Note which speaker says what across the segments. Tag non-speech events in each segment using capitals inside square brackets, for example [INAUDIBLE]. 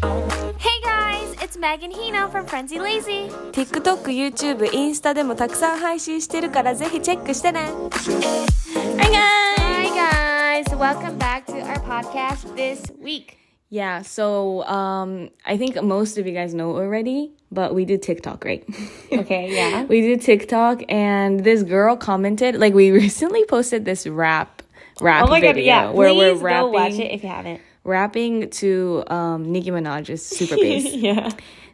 Speaker 1: Hey guys, it's Meg and Hino from Frenzy Lazy.
Speaker 2: TikTok、YouTube、インスタでもたくさん配信してるからぜひチェックしてね。
Speaker 1: Hi guys, welcome back to our podcast this week.
Speaker 2: Yeah, so um, I think most of you guys know already, but we did TikTok, [LAUGHS] right?
Speaker 1: Okay, yeah.
Speaker 2: we did TikTok, and this girl commented like we [LAUGHS] recently posted this rap rap video where we're rapping
Speaker 1: if you haven't.
Speaker 2: rapping to um, Nicki Minaj's [LAUGHS] Super Bass.
Speaker 1: Yeah.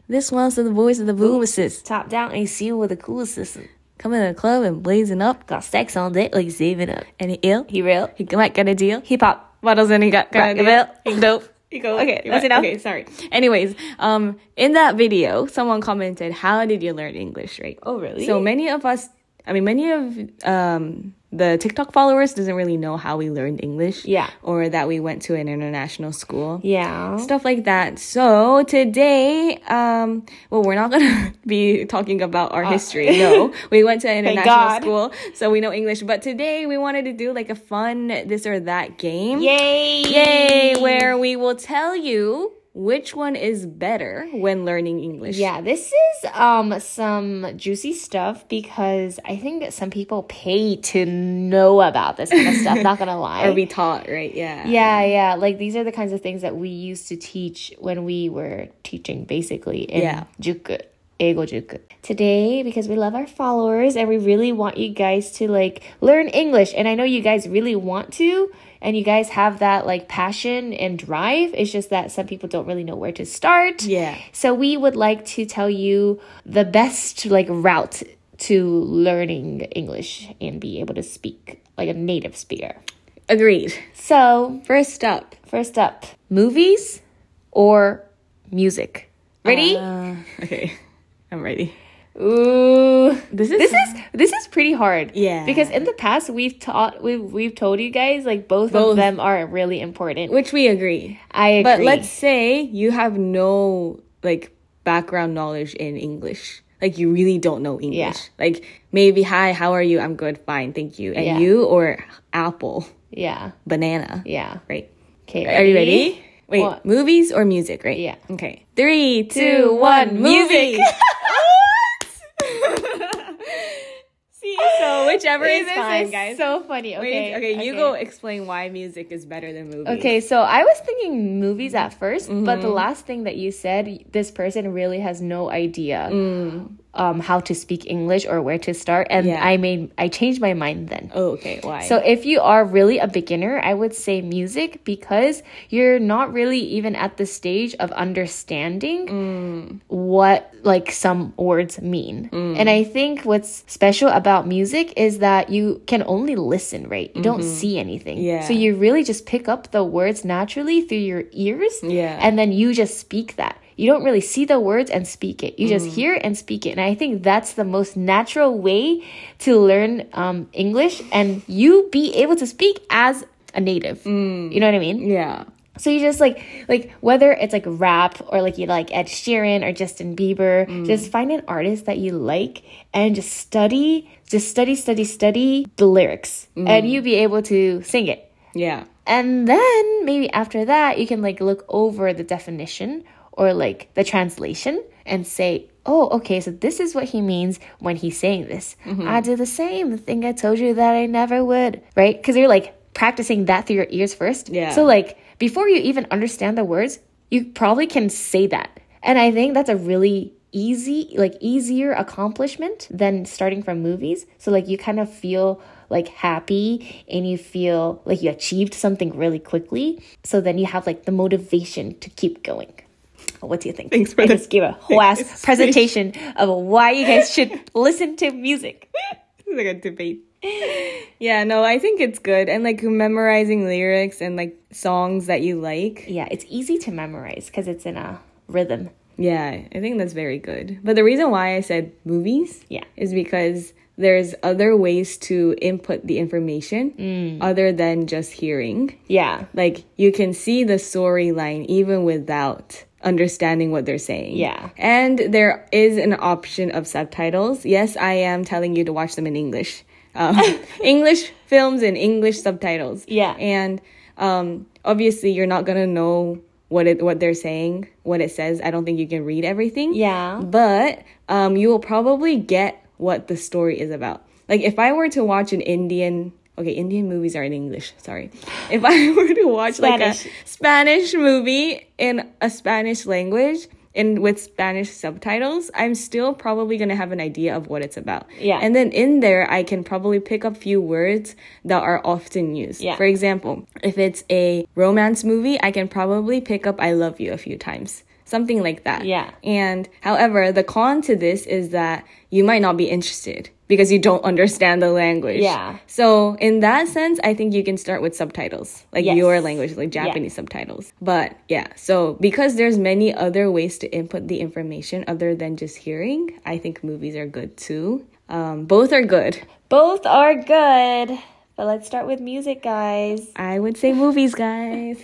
Speaker 2: this one's the voice of the boomers.
Speaker 1: Top down AC with a cool system.
Speaker 2: Coming to the club and blazing up,
Speaker 1: Got stacks on deck like saving up.
Speaker 2: and he ill.
Speaker 1: He real.
Speaker 2: He might got a deal.
Speaker 1: Hip hop.
Speaker 2: What else? And he got got a deal. He dope.
Speaker 1: You go. Okay,
Speaker 2: Right, Okay, sorry. Anyways, um, in that video, someone commented, "How did you learn English?" Right.
Speaker 1: Oh, really?
Speaker 2: So many of us, I mean, many of um the TikTok followers doesn't really know how we learned English.
Speaker 1: Yeah.
Speaker 2: Or that we went to an international school.
Speaker 1: Yeah.
Speaker 2: Stuff like that. So today, um, well, we're not gonna [LAUGHS] be talking about our history.
Speaker 1: [LAUGHS]
Speaker 2: No, we went to an international
Speaker 1: Uh. God.
Speaker 2: school, so we know English. But today, we wanted to do like a fun this or that game.
Speaker 1: Yay!
Speaker 2: Yay! Where we will tell you which one is better when learning English.
Speaker 1: Yeah, this is um some juicy stuff because I think that some people pay to know about this kind of stuff, not gonna lie.
Speaker 2: Or be taught, right? Yeah.
Speaker 1: yeah, yeah. Like these are the kinds of things that we used to teach when we were teaching basically in
Speaker 2: Yeah.
Speaker 1: juku, ego juku. Today, because we love our followers and we really want you guys to like learn English and I know you guys really want to and you guys have that like passion and drive. It's just that some people don't really know where to start.
Speaker 2: Yeah.
Speaker 1: So we would like to tell you the best like route to learning English and be able to speak like a native speaker.
Speaker 2: Agreed.
Speaker 1: So,
Speaker 2: First up.
Speaker 1: first up, movies or music. Ready?
Speaker 2: [LAUGHS] Okay. I'm ready.
Speaker 1: Ooh.
Speaker 2: This is
Speaker 1: This is this is pretty hard.
Speaker 2: uh, Yeah.
Speaker 1: Because in the past we've taught we've we've told you guys like both,
Speaker 2: Both.
Speaker 1: of them are really important.
Speaker 2: which we agree.
Speaker 1: I agree.
Speaker 2: But let's say you have no like background knowledge in English. Like you really don't know English.
Speaker 1: Yeah.
Speaker 2: Like maybe hi, how are you? I'm good, fine, thank you. And
Speaker 1: Yeah.
Speaker 2: you or apple,
Speaker 1: Yeah.
Speaker 2: banana.
Speaker 1: Yeah.
Speaker 2: Right.
Speaker 1: Okay.
Speaker 2: Are you ready? Wait,
Speaker 1: What?
Speaker 2: movies or music, right?
Speaker 1: Yeah.
Speaker 2: Okay. Three, two,
Speaker 1: Two,
Speaker 2: one,
Speaker 1: one,
Speaker 2: movie. [LAUGHS] See, so whichever is
Speaker 1: this
Speaker 2: fine,
Speaker 1: is
Speaker 2: guys.
Speaker 1: so funny. Okay.
Speaker 2: okay, you go explain why music is better than movies.
Speaker 1: Okay, so I was thinking movies at 1st but
Speaker 2: Mm-hmm.
Speaker 1: the last thing that you said, this person really has no idea um, how to speak English or where to start, and
Speaker 2: Mm. Yeah.
Speaker 1: I made I changed my mind then.
Speaker 2: Oh, okay. Why?
Speaker 1: So if you are really a beginner, I would say music because you're not really even at the stage of understanding
Speaker 2: Mm.
Speaker 1: what like some words mean. And I think what's special about music is that you can only listen, right? You don't see anything.
Speaker 2: Mm-hmm. Yeah.
Speaker 1: So you really just pick up the words naturally through your ears
Speaker 2: Yeah.
Speaker 1: and then you just speak that. You don't really see the words and speak it. You just hear and speak it. And I think that's the most natural way to learn um, English and you be able to speak as a native. You know what I mean?
Speaker 2: yeah.
Speaker 1: So you just like like whether it's like rap or like you like Ed Sheeran or Justin Bieber, just find an artist that you like and just study, just study, study, study the lyrics, and you be able to sing it.
Speaker 2: Yeah. [LAUGHS]
Speaker 1: And then maybe after that, you can like look over the definition or like the translation and say, oh, okay, so this is what he means when he's saying this. I do the same thing I told you that I never would, right? Because you're like practicing that through your ears first.
Speaker 2: Yeah.
Speaker 1: So, like, before you even understand the words, you probably can say that. And I think that's a really easy, like, easier accomplishment than starting from movies. So, like, you kind of feel like happy and you feel like you achieved something really quickly. So then you have like the motivation to keep going. What do you think?
Speaker 2: Thanks for
Speaker 1: I
Speaker 2: the-
Speaker 1: just gave a whole ass presentation of why you guys should [LAUGHS] listen to music.
Speaker 2: It's like a debate. [LAUGHS] Yeah, no, I think it's good. And like memorizing lyrics and like songs that you like.
Speaker 1: Yeah, it's easy to memorize because it's in a rhythm.
Speaker 2: Yeah, I think that's very good. But the reason why I said movies
Speaker 1: Yeah.
Speaker 2: is because there's other ways to input the information other than just hearing.
Speaker 1: Yeah.
Speaker 2: Like you can see the storyline even without understanding what they're saying.
Speaker 1: Yeah.
Speaker 2: And there is an option of subtitles. Yes, I am telling you to watch them in English.
Speaker 1: [LAUGHS]
Speaker 2: Um, English films and English subtitles.
Speaker 1: Yeah.
Speaker 2: And um, obviously, you're not going to know what it what they're saying, what it says. I don't think you can read everything.
Speaker 1: Yeah.
Speaker 2: But um, you will probably get what the story is about. Like if I were to watch an Indian okay, Indian movies are in English, sorry. If I [LAUGHS] were to watch like
Speaker 1: Spanish.
Speaker 2: a Spanish movie in a Spanish language and with Spanish subtitles, I'm still probably gonna have an idea of what it's about.
Speaker 1: Yeah.
Speaker 2: And then in there I can probably pick up few words that are often used.
Speaker 1: Yeah.
Speaker 2: For example, if it's a romance movie, I can probably pick up I love you a few times. Something like that.
Speaker 1: Yeah.
Speaker 2: And however, the con to this is that you might not be interested because you don't [LAUGHS] understand the language.
Speaker 1: Yeah.
Speaker 2: So in that sense, I think you can start with subtitles, like
Speaker 1: Yes.
Speaker 2: your language, like Japanese subtitles. But yeah, so because there's many other ways to input the information other than just hearing, I think movies are good too. Um, both are good.
Speaker 1: Both are good. But let's start with music, guys.
Speaker 2: I would say movies,
Speaker 1: [LAUGHS]
Speaker 2: guys.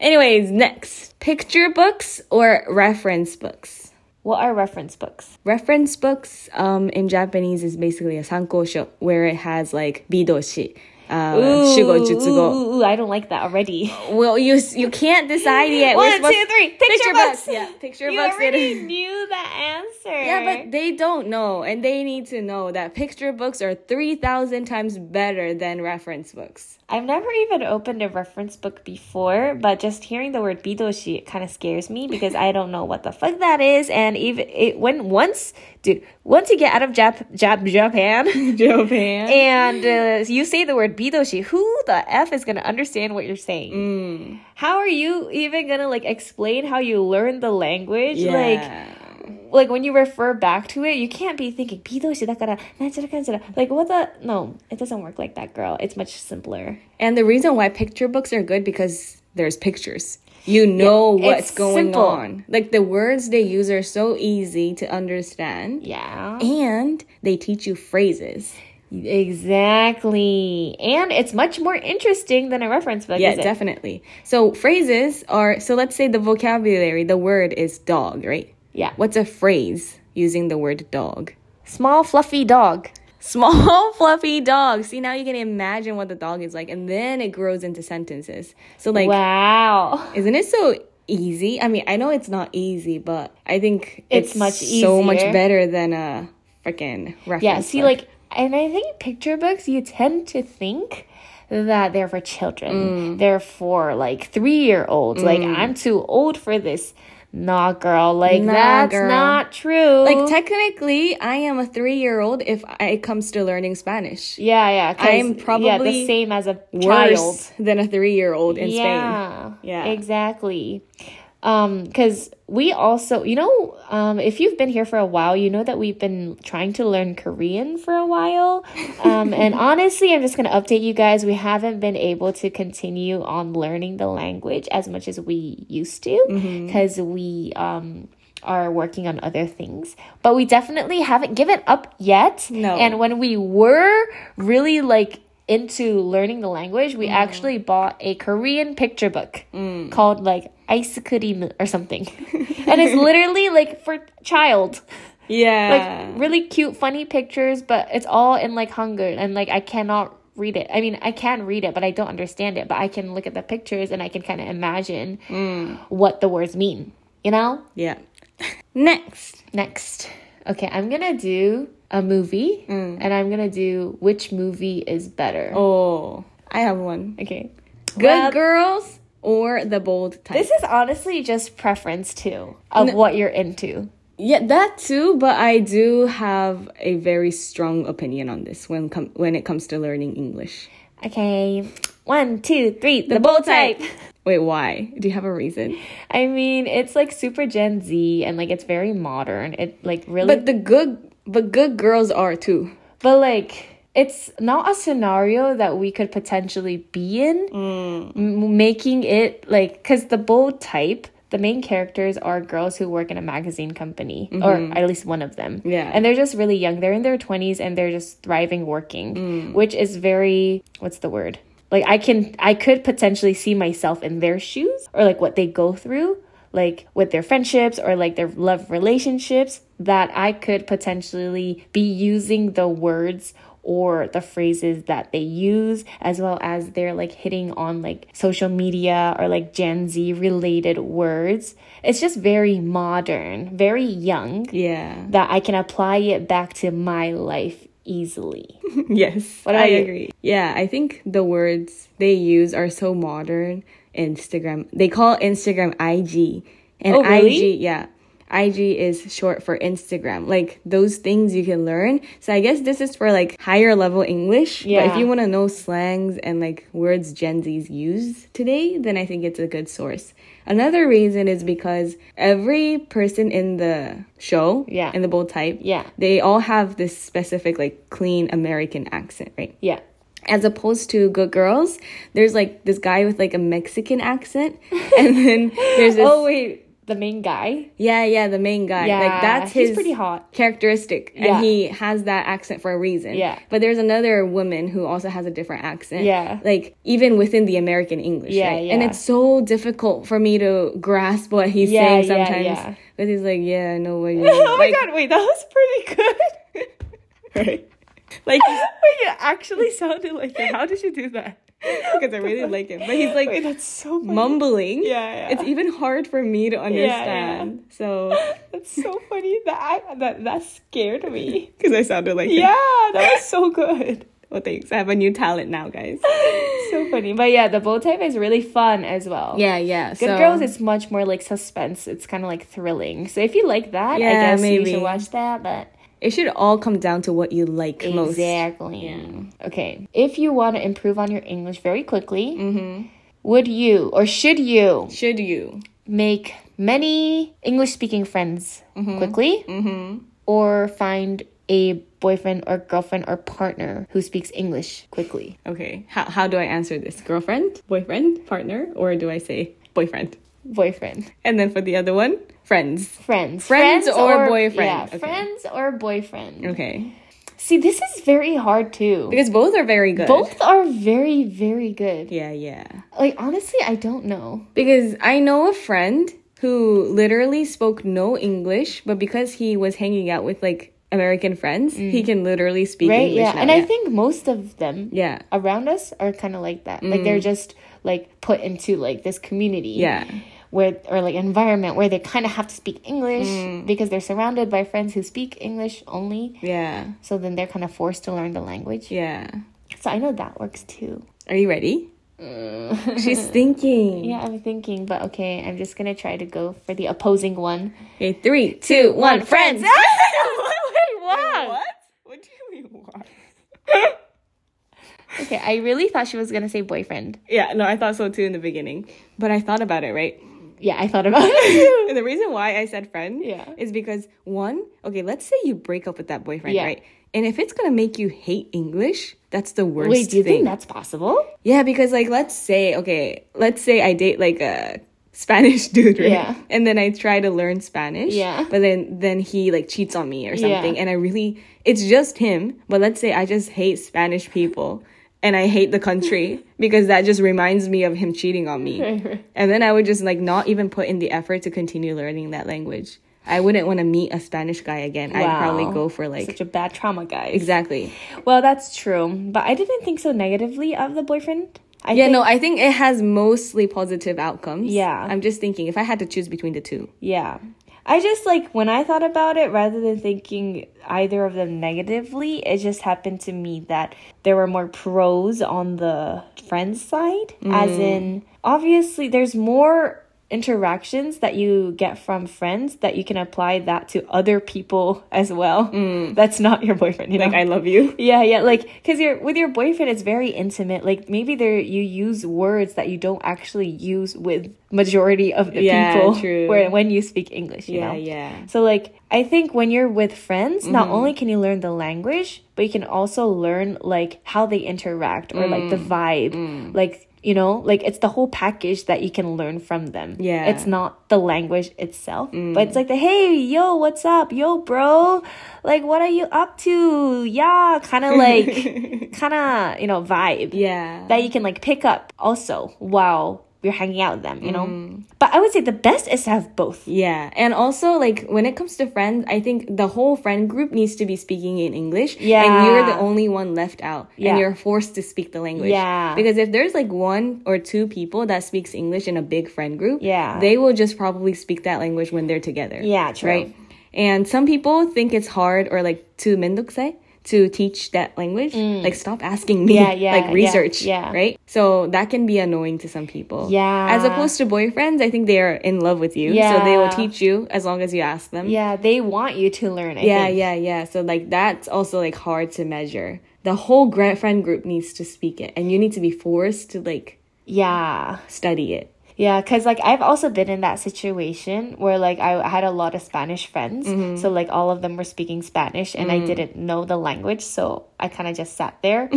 Speaker 2: Anyways, next picture books or reference books.
Speaker 1: What are reference books?
Speaker 2: Reference books um, in Japanese is basically a sankosho where it has like bidoshi, uh, shugo, jutsugo.
Speaker 1: ooh, ooh, I don't like
Speaker 2: [LAUGHS]
Speaker 1: that already.
Speaker 2: Well, you you can't decide yet. We're
Speaker 1: One, two,
Speaker 2: supposed-
Speaker 1: three. Picture, books.
Speaker 2: Yeah, picture
Speaker 1: you
Speaker 2: books. it
Speaker 1: already
Speaker 2: is.
Speaker 1: knew the answer.
Speaker 2: Yeah, but they don't know, and they need to know that picture books are three thousand times better than reference books.
Speaker 1: I've never even opened a reference book before, but just hearing the word bidoshi it kind of scares me because I don't know what the fuck that is. And even it when once, dude, once you get out of Jap,
Speaker 2: [LAUGHS]
Speaker 1: Jap Japan
Speaker 2: Japan.
Speaker 1: and uh, you say the word bidoshi, who the f is gonna understand what you're saying?
Speaker 2: Mm.
Speaker 1: How are you even gonna like explain how you learn the language? Like like when you refer back to it, you can't be thinking bidoshi dakara nanchara kanchara. Like what the no, it doesn't work like that, girl. It's much simpler.
Speaker 2: and the reason why picture books are good because there's pictures. You know
Speaker 1: Yeah,
Speaker 2: what's
Speaker 1: it's
Speaker 2: going
Speaker 1: simple.
Speaker 2: on. Like the words they use are so easy to understand,
Speaker 1: Yeah.
Speaker 2: and they teach you phrases.
Speaker 1: Exactly. And it's much more interesting than a reference book,
Speaker 2: Yeah,
Speaker 1: is it?
Speaker 2: definitely. So phrases are so let's say the vocabulary, the word is dog, right?
Speaker 1: yeah.
Speaker 2: What's a phrase using the word dog?
Speaker 1: Small fluffy dog.
Speaker 2: [LAUGHS] Small fluffy dog. See now you can imagine what the dog is like and then it grows into sentences. So like
Speaker 1: wow.
Speaker 2: isn't it so easy? I mean, I know it's not easy, but I think
Speaker 1: It's much
Speaker 2: so much
Speaker 1: easier.
Speaker 2: better than a freaking reference.
Speaker 1: Yeah, see
Speaker 2: book.
Speaker 1: like and I think picture books you tend to think that they're for
Speaker 2: Mm.
Speaker 1: children. They're for like 3-year-olds. Like I'm too old for this. Nah, girl. Like
Speaker 2: Nah,
Speaker 1: that's
Speaker 2: girl.
Speaker 1: not true.
Speaker 2: like technically I am a 3-year-old if I- it comes to learning Spanish.
Speaker 1: yeah, yeah. 'cause,
Speaker 2: I'm
Speaker 1: yeah, the
Speaker 2: probably
Speaker 1: same as a
Speaker 2: Worse
Speaker 1: child.
Speaker 2: than a 3-year-old in Spain.
Speaker 1: yeah,
Speaker 2: Yeah.
Speaker 1: exactly. Um, because we also, you know, um, if you've been here for a while, you know that we've been trying to learn Korean for a while.
Speaker 2: [LAUGHS]
Speaker 1: Um, and honestly, I'm just gonna update you guys. We haven't been able to continue on learning the language as much as we used
Speaker 2: Mm-hmm.
Speaker 1: to because we um are working on other things. But we definitely haven't given up yet.
Speaker 2: No.
Speaker 1: And when we were really like into learning the language, we actually bought a Korean picture book called like Ice Cream or something. and it's literally like for child.
Speaker 2: Yeah.
Speaker 1: Like really cute, funny pictures, but it's all in like Hangul and like I cannot read it. I mean, I can read it, but I don't understand it. But I can look at the pictures and I can kind of imagine what the words mean. You know?
Speaker 2: yeah. Next.
Speaker 1: [LAUGHS] Next. Okay, I'm gonna do a movie and I'm gonna do which movie is better.
Speaker 2: Oh, I have one.
Speaker 1: Okay.
Speaker 2: Good
Speaker 1: Well-
Speaker 2: girls or the bold type.
Speaker 1: This is honestly just preference too of what you're into.
Speaker 2: yeah, that too. But I do have a very strong opinion on this when com- when it comes to learning English.
Speaker 1: Okay. One, two, three, the, bold type.
Speaker 2: Wait, why? Do you have a reason?
Speaker 1: [LAUGHS] I mean, it's like super Gen Z and like it's very modern. It like really
Speaker 2: But the good, but good girls are too.
Speaker 1: But like, it's not a scenario that we could potentially be in, M- making it like because the bold type. The main characters are girls who work in a magazine company, or at least one of them.
Speaker 2: Yeah.
Speaker 1: And they're just really young. They're in their 20s and they're just thriving working, which is very, what's the word? Like, I can, I could potentially see myself in their shoes or like what they go through, like with their friendships or like their love relationships that I could potentially be using the words or the phrases that they use, as well as they're like hitting on like social media or like Gen Z related words. It's just very modern, very young,
Speaker 2: Yeah.
Speaker 1: that I can apply it back to my life easily.
Speaker 2: [LAUGHS] yes.
Speaker 1: What
Speaker 2: I
Speaker 1: about you?
Speaker 2: agree. Yeah, I think the words they use are so modern. Instagram. They call Instagram IG. And
Speaker 1: Oh, really?
Speaker 2: IG, yeah. IG is short for Instagram. Like those things you can learn. So I guess this is for like higher level English. But
Speaker 1: Yeah.
Speaker 2: if you want to know slangs and like words Gen Z's use today, then I think it's a good source. Another reason is because every person in the show,
Speaker 1: Yeah.
Speaker 2: in the bold type,
Speaker 1: Yeah.
Speaker 2: they all have this specific like clean American accent, right?
Speaker 1: Yeah. [LAUGHS]
Speaker 2: As opposed to Good Girls, there's like this guy with like a Mexican accent, and then there's this
Speaker 1: [LAUGHS] Oh, wait. The main guy? [LAUGHS]
Speaker 2: yeah yeah the main guy
Speaker 1: Yeah.
Speaker 2: like that's
Speaker 1: he's
Speaker 2: his
Speaker 1: pretty hot.
Speaker 2: characteristic
Speaker 1: Yeah.
Speaker 2: and he has that accent for a reason
Speaker 1: Yeah.
Speaker 2: but there's another woman who also has a different accent
Speaker 1: Yeah.
Speaker 2: like even within the american english
Speaker 1: Yeah,
Speaker 2: right? and
Speaker 1: yeah.
Speaker 2: it's so difficult for me to grasp what he's
Speaker 1: Yeah,
Speaker 2: saying
Speaker 1: yeah,
Speaker 2: sometimes
Speaker 1: yeah.
Speaker 2: but he's like yeah no way
Speaker 1: [LAUGHS] Oh my god, wait, that was pretty good.
Speaker 2: god [LAUGHS] like he's-
Speaker 1: [LAUGHS] Wait, you actually sounded like it. How did you do
Speaker 2: [LAUGHS]
Speaker 1: that?
Speaker 2: because I really like him. But he's like
Speaker 1: Wait, that's so funny.
Speaker 2: mumbling.
Speaker 1: Yeah, yeah.
Speaker 2: It's even hard for me to understand. So
Speaker 1: [LAUGHS] That's so funny. That I, that that scared
Speaker 2: [LAUGHS]
Speaker 1: me.
Speaker 2: because I sounded like
Speaker 1: Yeah, that was so good.
Speaker 2: [LAUGHS] Well, thanks. I have a new talent now, guys.
Speaker 1: [LAUGHS] So funny. But yeah, the bow type is really fun as well.
Speaker 2: Yeah, yeah.
Speaker 1: Good Girls is much more like suspense. It's kind of like thrilling. So if you like that, I
Speaker 2: Yeah,
Speaker 1: guess you
Speaker 2: maybe.
Speaker 1: should watch that. But
Speaker 2: it should all come down to what you like most.
Speaker 1: Exactly. Okay. If you want to improve on your English very quickly,
Speaker 2: Mm-hmm.
Speaker 1: would you or should you
Speaker 2: Should you?
Speaker 1: make many English speaking friends
Speaker 2: Mm-hmm.
Speaker 1: quickly or find a boyfriend or girlfriend or partner who speaks English quickly?
Speaker 2: Okay. How how do I answer this? Girlfriend, boyfriend, partner, or do I say boyfriend?
Speaker 1: Boyfriend.
Speaker 2: And then for the other one, friends.
Speaker 1: Friends.
Speaker 2: Friends or boyfriend.
Speaker 1: Yeah,
Speaker 2: Okay.
Speaker 1: friends or boyfriend.
Speaker 2: Okay.
Speaker 1: See, this is very hard too.
Speaker 2: Because both are very good.
Speaker 1: Both are very, very good.
Speaker 2: Yeah, yeah.
Speaker 1: Like, honestly, I don't know.
Speaker 2: Because I know a friend who literally spoke no English, but because he was hanging out with like American friends, he can literally speak
Speaker 1: Mm. Right?
Speaker 2: English.
Speaker 1: yeah.
Speaker 2: now,
Speaker 1: And
Speaker 2: yeah.
Speaker 1: I think most of them
Speaker 2: yeah. Mm.
Speaker 1: around us are kind of like that. Like they're just like put into like this community.
Speaker 2: Yeah.
Speaker 1: Where or like environment where they kind of have to speak English because they're surrounded by friends who speak English only.
Speaker 2: Yeah.
Speaker 1: So then they're kind of forced to learn the language.
Speaker 2: Yeah.
Speaker 1: So I know that works too.
Speaker 2: Are you ready? She's thinking.
Speaker 1: Uh. [LAUGHS] Yeah, I'm thinking, but okay, I'm just gonna try to go for the opposing one.
Speaker 2: Okay, three, two, one,
Speaker 1: [LAUGHS]
Speaker 2: friends.
Speaker 1: Wait, what?
Speaker 2: What do you mean what?
Speaker 1: Okay, I really thought she was gonna say boyfriend.
Speaker 2: Yeah, no, I thought so too in the beginning. But I thought about it, right?
Speaker 1: Yeah, I thought about [LAUGHS] it.
Speaker 2: And the reason why I said friend
Speaker 1: Yeah.
Speaker 2: is because one, okay, let's say you break up with that boyfriend,
Speaker 1: Yeah.
Speaker 2: right? And if it's gonna make you hate English, that's the worst
Speaker 1: Wait, do you
Speaker 2: thing.
Speaker 1: think that's possible?
Speaker 2: Yeah, because like let's say okay, let's say I date like a Spanish [LAUGHS] dude, right?
Speaker 1: Yeah.
Speaker 2: And then I try to learn Spanish.
Speaker 1: Yeah.
Speaker 2: But then then he like cheats on me or
Speaker 1: Yeah.
Speaker 2: something, and I really it's just him. But let's say I just hate Spanish people and I hate the
Speaker 1: [LAUGHS]
Speaker 2: country because that just reminds me of him cheating on me. And then I would just like not even put in the effort to continue learning that language. I wouldn't want to meet a Spanish guy again. I'd probably
Speaker 1: Wow.
Speaker 2: go for like
Speaker 1: Such a bad trauma, guys.
Speaker 2: exactly.
Speaker 1: Well, that's true, but I didn't think so negatively of the boyfriend. I
Speaker 2: Yeah,
Speaker 1: think,
Speaker 2: no, I think it has mostly positive outcomes.
Speaker 1: Yeah.
Speaker 2: I'm just thinking if I had to choose between the two.
Speaker 1: yeah. I just like when I thought about it, rather than thinking either of them negatively, it just happened to me that there were more pros on the friends side, as in obviously there's more interactions that you get from friends that you can apply that to other people [LAUGHS] as well. That's not your boyfriend, you know.
Speaker 2: Like, I love you.
Speaker 1: Yeah, yeah, like because you're with your boyfriend, it's very intimate. Like maybe there you use words that you don't actually use with majority of the
Speaker 2: Yeah,
Speaker 1: people
Speaker 2: true.
Speaker 1: where when you speak English. You
Speaker 2: Yeah,
Speaker 1: know?
Speaker 2: yeah. Mm-hmm.
Speaker 1: So like I think when you're with friends, not only can you learn the language, but you can also learn like how they interact or like the
Speaker 2: Mm.
Speaker 1: vibe, like. You know, like it's the whole package that you can learn from them.
Speaker 2: Yeah.
Speaker 1: It's not the language itself, but it's like the hey, yo, what's up? Yo, bro. Like, what are you up to? Yeah. Kind of [LAUGHS] like, kind of, you know, vibe
Speaker 2: [LAUGHS] Yeah.
Speaker 1: that you can like pick up also while you're hanging out with them, you know? But I would say the best is to have both.
Speaker 2: Yeah, and also like when it comes to friends, I think the whole friend group needs to be speaking in English. and you're the
Speaker 1: Yeah.
Speaker 2: only one left out,
Speaker 1: Yeah.
Speaker 2: and you're forced to speak the language.
Speaker 1: Yeah.
Speaker 2: because if there's like one or two people that speaks English in a big friend group,
Speaker 1: Yeah.
Speaker 2: they will just probably speak that language when they're together.
Speaker 1: Yeah, true.
Speaker 2: Right, and some people think it's hard or like too mendoksai to teach that language. Like stop asking me.
Speaker 1: Mm. Yeah, yeah,
Speaker 2: like
Speaker 1: yeah,
Speaker 2: research.
Speaker 1: yeah.
Speaker 2: right. So that can be annoying to some people.
Speaker 1: Yeah.
Speaker 2: as opposed to boyfriends, I think they are in love with you, so they will
Speaker 1: Yeah.
Speaker 2: teach teach you as long as you ask them.
Speaker 1: Yeah, they want you to learn. I
Speaker 2: yeah,
Speaker 1: think.
Speaker 2: yeah, yeah. So like that's also like hard to measure. The whole grant friend group needs to speak it, and you need to be forced to like
Speaker 1: yeah.
Speaker 2: study it.
Speaker 1: Yeah, because like I've also been in that situation where like I had a lot of Spanish friends.
Speaker 2: Mm-hmm.
Speaker 1: So like all of them were speaking Spanish and
Speaker 2: Mm.
Speaker 1: I didn't know the language. So I kind of just sat
Speaker 2: [LAUGHS]
Speaker 1: there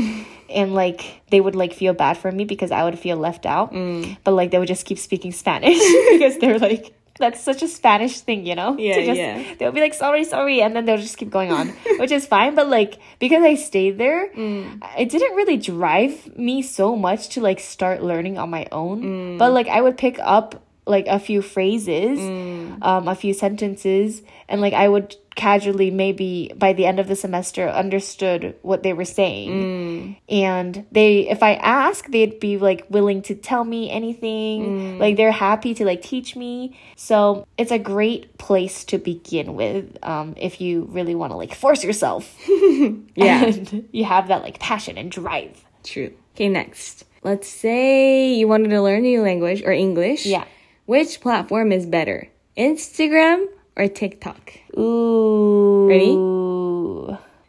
Speaker 1: and like they would like feel bad for me because I would feel left out.
Speaker 2: Mm.
Speaker 1: But like they would just keep speaking Spanish [LAUGHS] because they're like, that's such a Spanish thing, you know?
Speaker 2: Yeah,
Speaker 1: to just,
Speaker 2: yeah.
Speaker 1: [LAUGHS] They'll be like, sorry, sorry. And then they'll just keep going on, which is fine. But like because I stayed there, it didn't really drive me so much to like start learning on my own. But like I would pick up like a few phrases, um, a few sentences, and like I would casually maybe by the end of the semester understood what they were saying. And they if I ask, they'd be like willing to tell me anything. Like they're happy to like teach me. So it's a great place to begin with, um, if you really want to like force [LAUGHS] yourself [LAUGHS]
Speaker 2: Yeah,
Speaker 1: and you have that like passion and drive.
Speaker 2: true. Okay, next. Let's say you wanted to learn a new language or English.
Speaker 1: Yeah.
Speaker 2: Which platform is better, Instagram or TikTok?
Speaker 1: Ooh.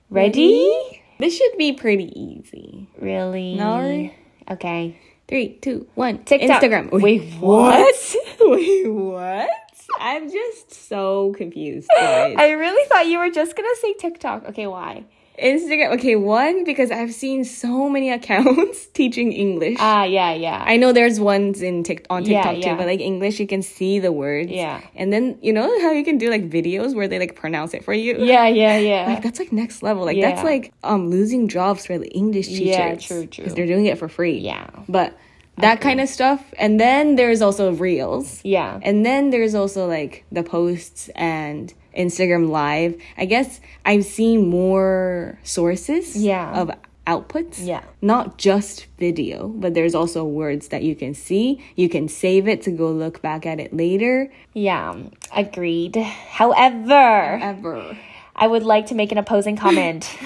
Speaker 1: Ready? Ready?
Speaker 2: This should be pretty easy.
Speaker 1: Really?
Speaker 2: No.
Speaker 1: Okay.
Speaker 2: Three, two, one.
Speaker 1: TikTok.
Speaker 2: Instagram.
Speaker 1: Wait, what?
Speaker 2: [LAUGHS] Wait, what? I'm just so confused, guys.
Speaker 1: [LAUGHS] I really thought you were just gonna say TikTok. Okay, why?
Speaker 2: Instagram. Okay, one because I've seen so many [LAUGHS] accounts teaching English.
Speaker 1: Ah, yeah, yeah.
Speaker 2: I know there's ones in Tik on
Speaker 1: Yeah,
Speaker 2: TikTok
Speaker 1: yeah.
Speaker 2: too, but like English, you can see the words.
Speaker 1: Yeah.
Speaker 2: and then you know how you can do like videos where they like pronounce it for you.
Speaker 1: yeah, yeah, yeah.
Speaker 2: Like, that's like next level. Like that's
Speaker 1: Yeah.
Speaker 2: like um losing jobs for the English teachers.
Speaker 1: Yeah, true, true.
Speaker 2: Because they're doing it for free.
Speaker 1: Yeah.
Speaker 2: but that kind of stuff. And then there's also reels.
Speaker 1: Yeah.
Speaker 2: And then there's also like the posts and Instagram Live. I guess I've seen more sources
Speaker 1: Yeah.
Speaker 2: of outputs.
Speaker 1: Yeah.
Speaker 2: Not just video, but there's also words that you can see. You can save it to go look back at it later.
Speaker 1: Yeah. um, Agreed. However,
Speaker 2: Ever.
Speaker 1: I would like to make an opposing comment.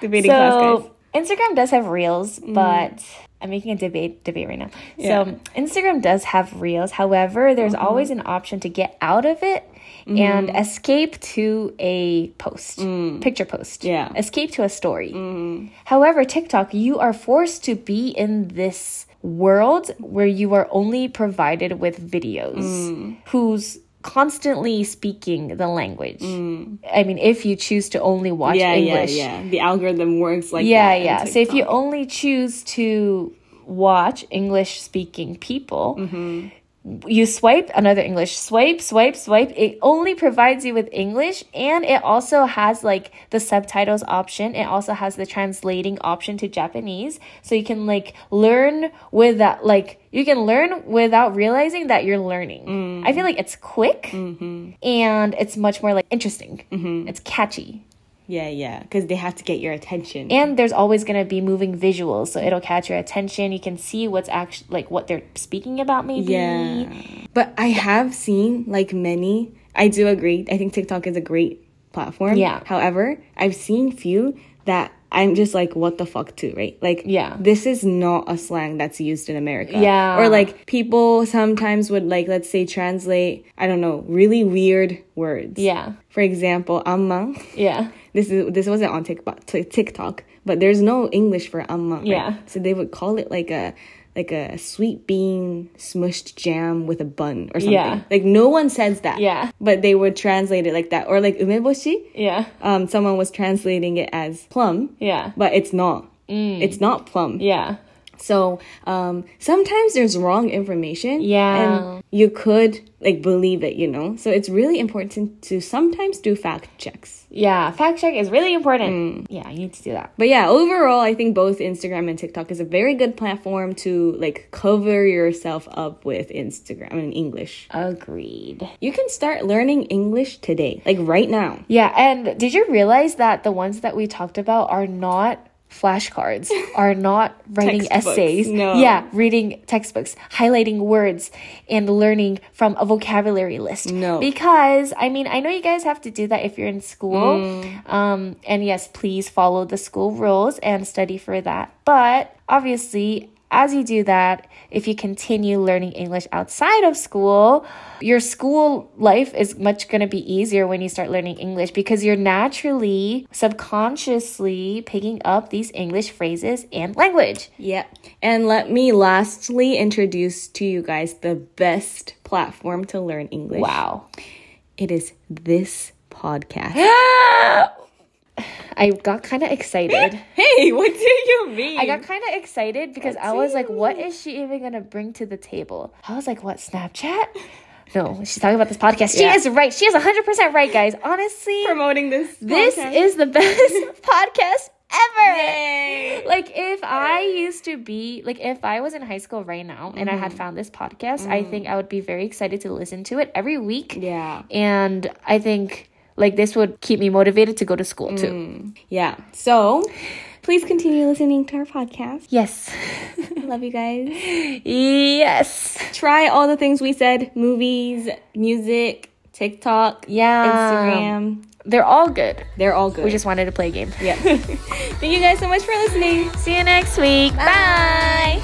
Speaker 2: Debating class, guys. Mm-hmm.
Speaker 1: so Instagram does have reels, but I'm making a debate debate right now. So Instagram does have reels. However, there's
Speaker 2: Mm-hmm.
Speaker 1: always an option to get out of it and escape to a post, picture post.
Speaker 2: Mm. Yeah. Mm-hmm.
Speaker 1: Escape to a story. However, TikTok, you are forced to be in this world where you are only provided with videos
Speaker 2: Mm.
Speaker 1: who's constantly speaking the language. I mean, if you choose to only watch
Speaker 2: Mm. Yeah,
Speaker 1: English
Speaker 2: yeah, yeah. The algorithm works like
Speaker 1: yeah
Speaker 2: that. on
Speaker 1: yeah so if you
Speaker 2: TikTok.
Speaker 1: only choose to watch english speaking people
Speaker 2: Mm-hmm.
Speaker 1: you swipe another english swipe swipe swipe it only provides you with english and it also has like the subtitles option it also has the translating option to japanese so you can like learn without like you can learn without realizing that you're learning i
Speaker 2: Mm.
Speaker 1: feel like it's quick
Speaker 2: Mm-hmm.
Speaker 1: and it's much more like interesting it's catchy
Speaker 2: Yeah, yeah, because they have to get your attention.
Speaker 1: and there's always going to be moving visuals so it'll catch your attention you can see what's actually like what they're speaking about maybe
Speaker 2: Yeah. But I have seen like many. I do agree. I think TikTok is a great platform.
Speaker 1: Yeah.
Speaker 2: However, I've seen few that I'm just like, what the fuck, too, right? Like,
Speaker 1: Yeah.
Speaker 2: this is not a slang that's used in America.
Speaker 1: Yeah.
Speaker 2: Or like people sometimes would like, let's say, translate, I don't know, really weird words.
Speaker 1: yeah
Speaker 2: For example, amma.
Speaker 1: yeah
Speaker 2: This is this wasn't on TikTok, TikTok, but there's no English for amma. right?
Speaker 1: Yeah.
Speaker 2: So they would call it like a like a sweet bean smushed jam with a bun or something.
Speaker 1: Yeah.
Speaker 2: Like no one says that.
Speaker 1: Yeah.
Speaker 2: But they would translate it like that or like umeboshi.
Speaker 1: yeah
Speaker 2: Um, someone was translating it as plum.
Speaker 1: yeah Mm.
Speaker 2: But it's not. It's not plum.
Speaker 1: yeah
Speaker 2: So um, sometimes there's wrong information.
Speaker 1: Yeah.
Speaker 2: And you could like believe it, you know? So it's really important to sometimes do fact checks.
Speaker 1: Yeah, fact check is really
Speaker 2: Mm.
Speaker 1: important. Yeah, you need to do that.
Speaker 2: But yeah, overall, I think both Instagram and TikTok is a very good platform to like cover yourself up with Instagram and English.
Speaker 1: Agreed.
Speaker 2: You can start learning English today, like right now.
Speaker 1: Yeah, and did you realize that the ones that we talked about are not
Speaker 2: [LAUGHS]
Speaker 1: flashcards, are not writing
Speaker 2: Textbooks,
Speaker 1: essays?
Speaker 2: no.
Speaker 1: Yeah, reading textbooks, highlighting words, and learning from a vocabulary list.
Speaker 2: No.
Speaker 1: Because, I mean, I know you guys have to do that if you're in school. Um, and yes, please follow the school rules and study for that. But obviously, as you do that, if you continue learning English outside of school, your school life is much going to be easier when you start learning English because you're naturally, subconsciously picking up these English phrases and language.
Speaker 2: Yeah. And let me lastly introduce to you guys the best platform to learn English.
Speaker 1: Wow.
Speaker 2: It is this podcast.
Speaker 1: [GASPS] I got kind of excited.
Speaker 2: hey, what do you mean?
Speaker 1: I got kind of excited because I was like, what is she even going to bring to the table? I was like, what, Snapchat? No, she's talking about this podcast. She
Speaker 2: Yeah.
Speaker 1: is right. She is 100% right, guys. Honestly,
Speaker 2: promoting this.
Speaker 1: this is the
Speaker 2: [LAUGHS]
Speaker 1: best podcast ever.
Speaker 2: Yay.
Speaker 1: Like, if I used to be, like, if I was in high school right now and I
Speaker 2: Mm-hmm.
Speaker 1: had found this podcast, I think I would be very excited to listen to it every week.
Speaker 2: Yeah.
Speaker 1: And I think, like, this would keep me motivated to go to school too.
Speaker 2: Yeah. So please continue listening to our podcast.
Speaker 1: Yes.
Speaker 2: Love you guys.
Speaker 1: yes.
Speaker 2: Try all the things we said movies, music, TikTok,
Speaker 1: Yeah.
Speaker 2: Instagram.
Speaker 1: They're all good.
Speaker 2: They're all good.
Speaker 1: We just wanted to
Speaker 2: [LAUGHS]
Speaker 1: play a game.
Speaker 2: yeah. Thank you guys so much for listening.
Speaker 1: See you next week. Bye.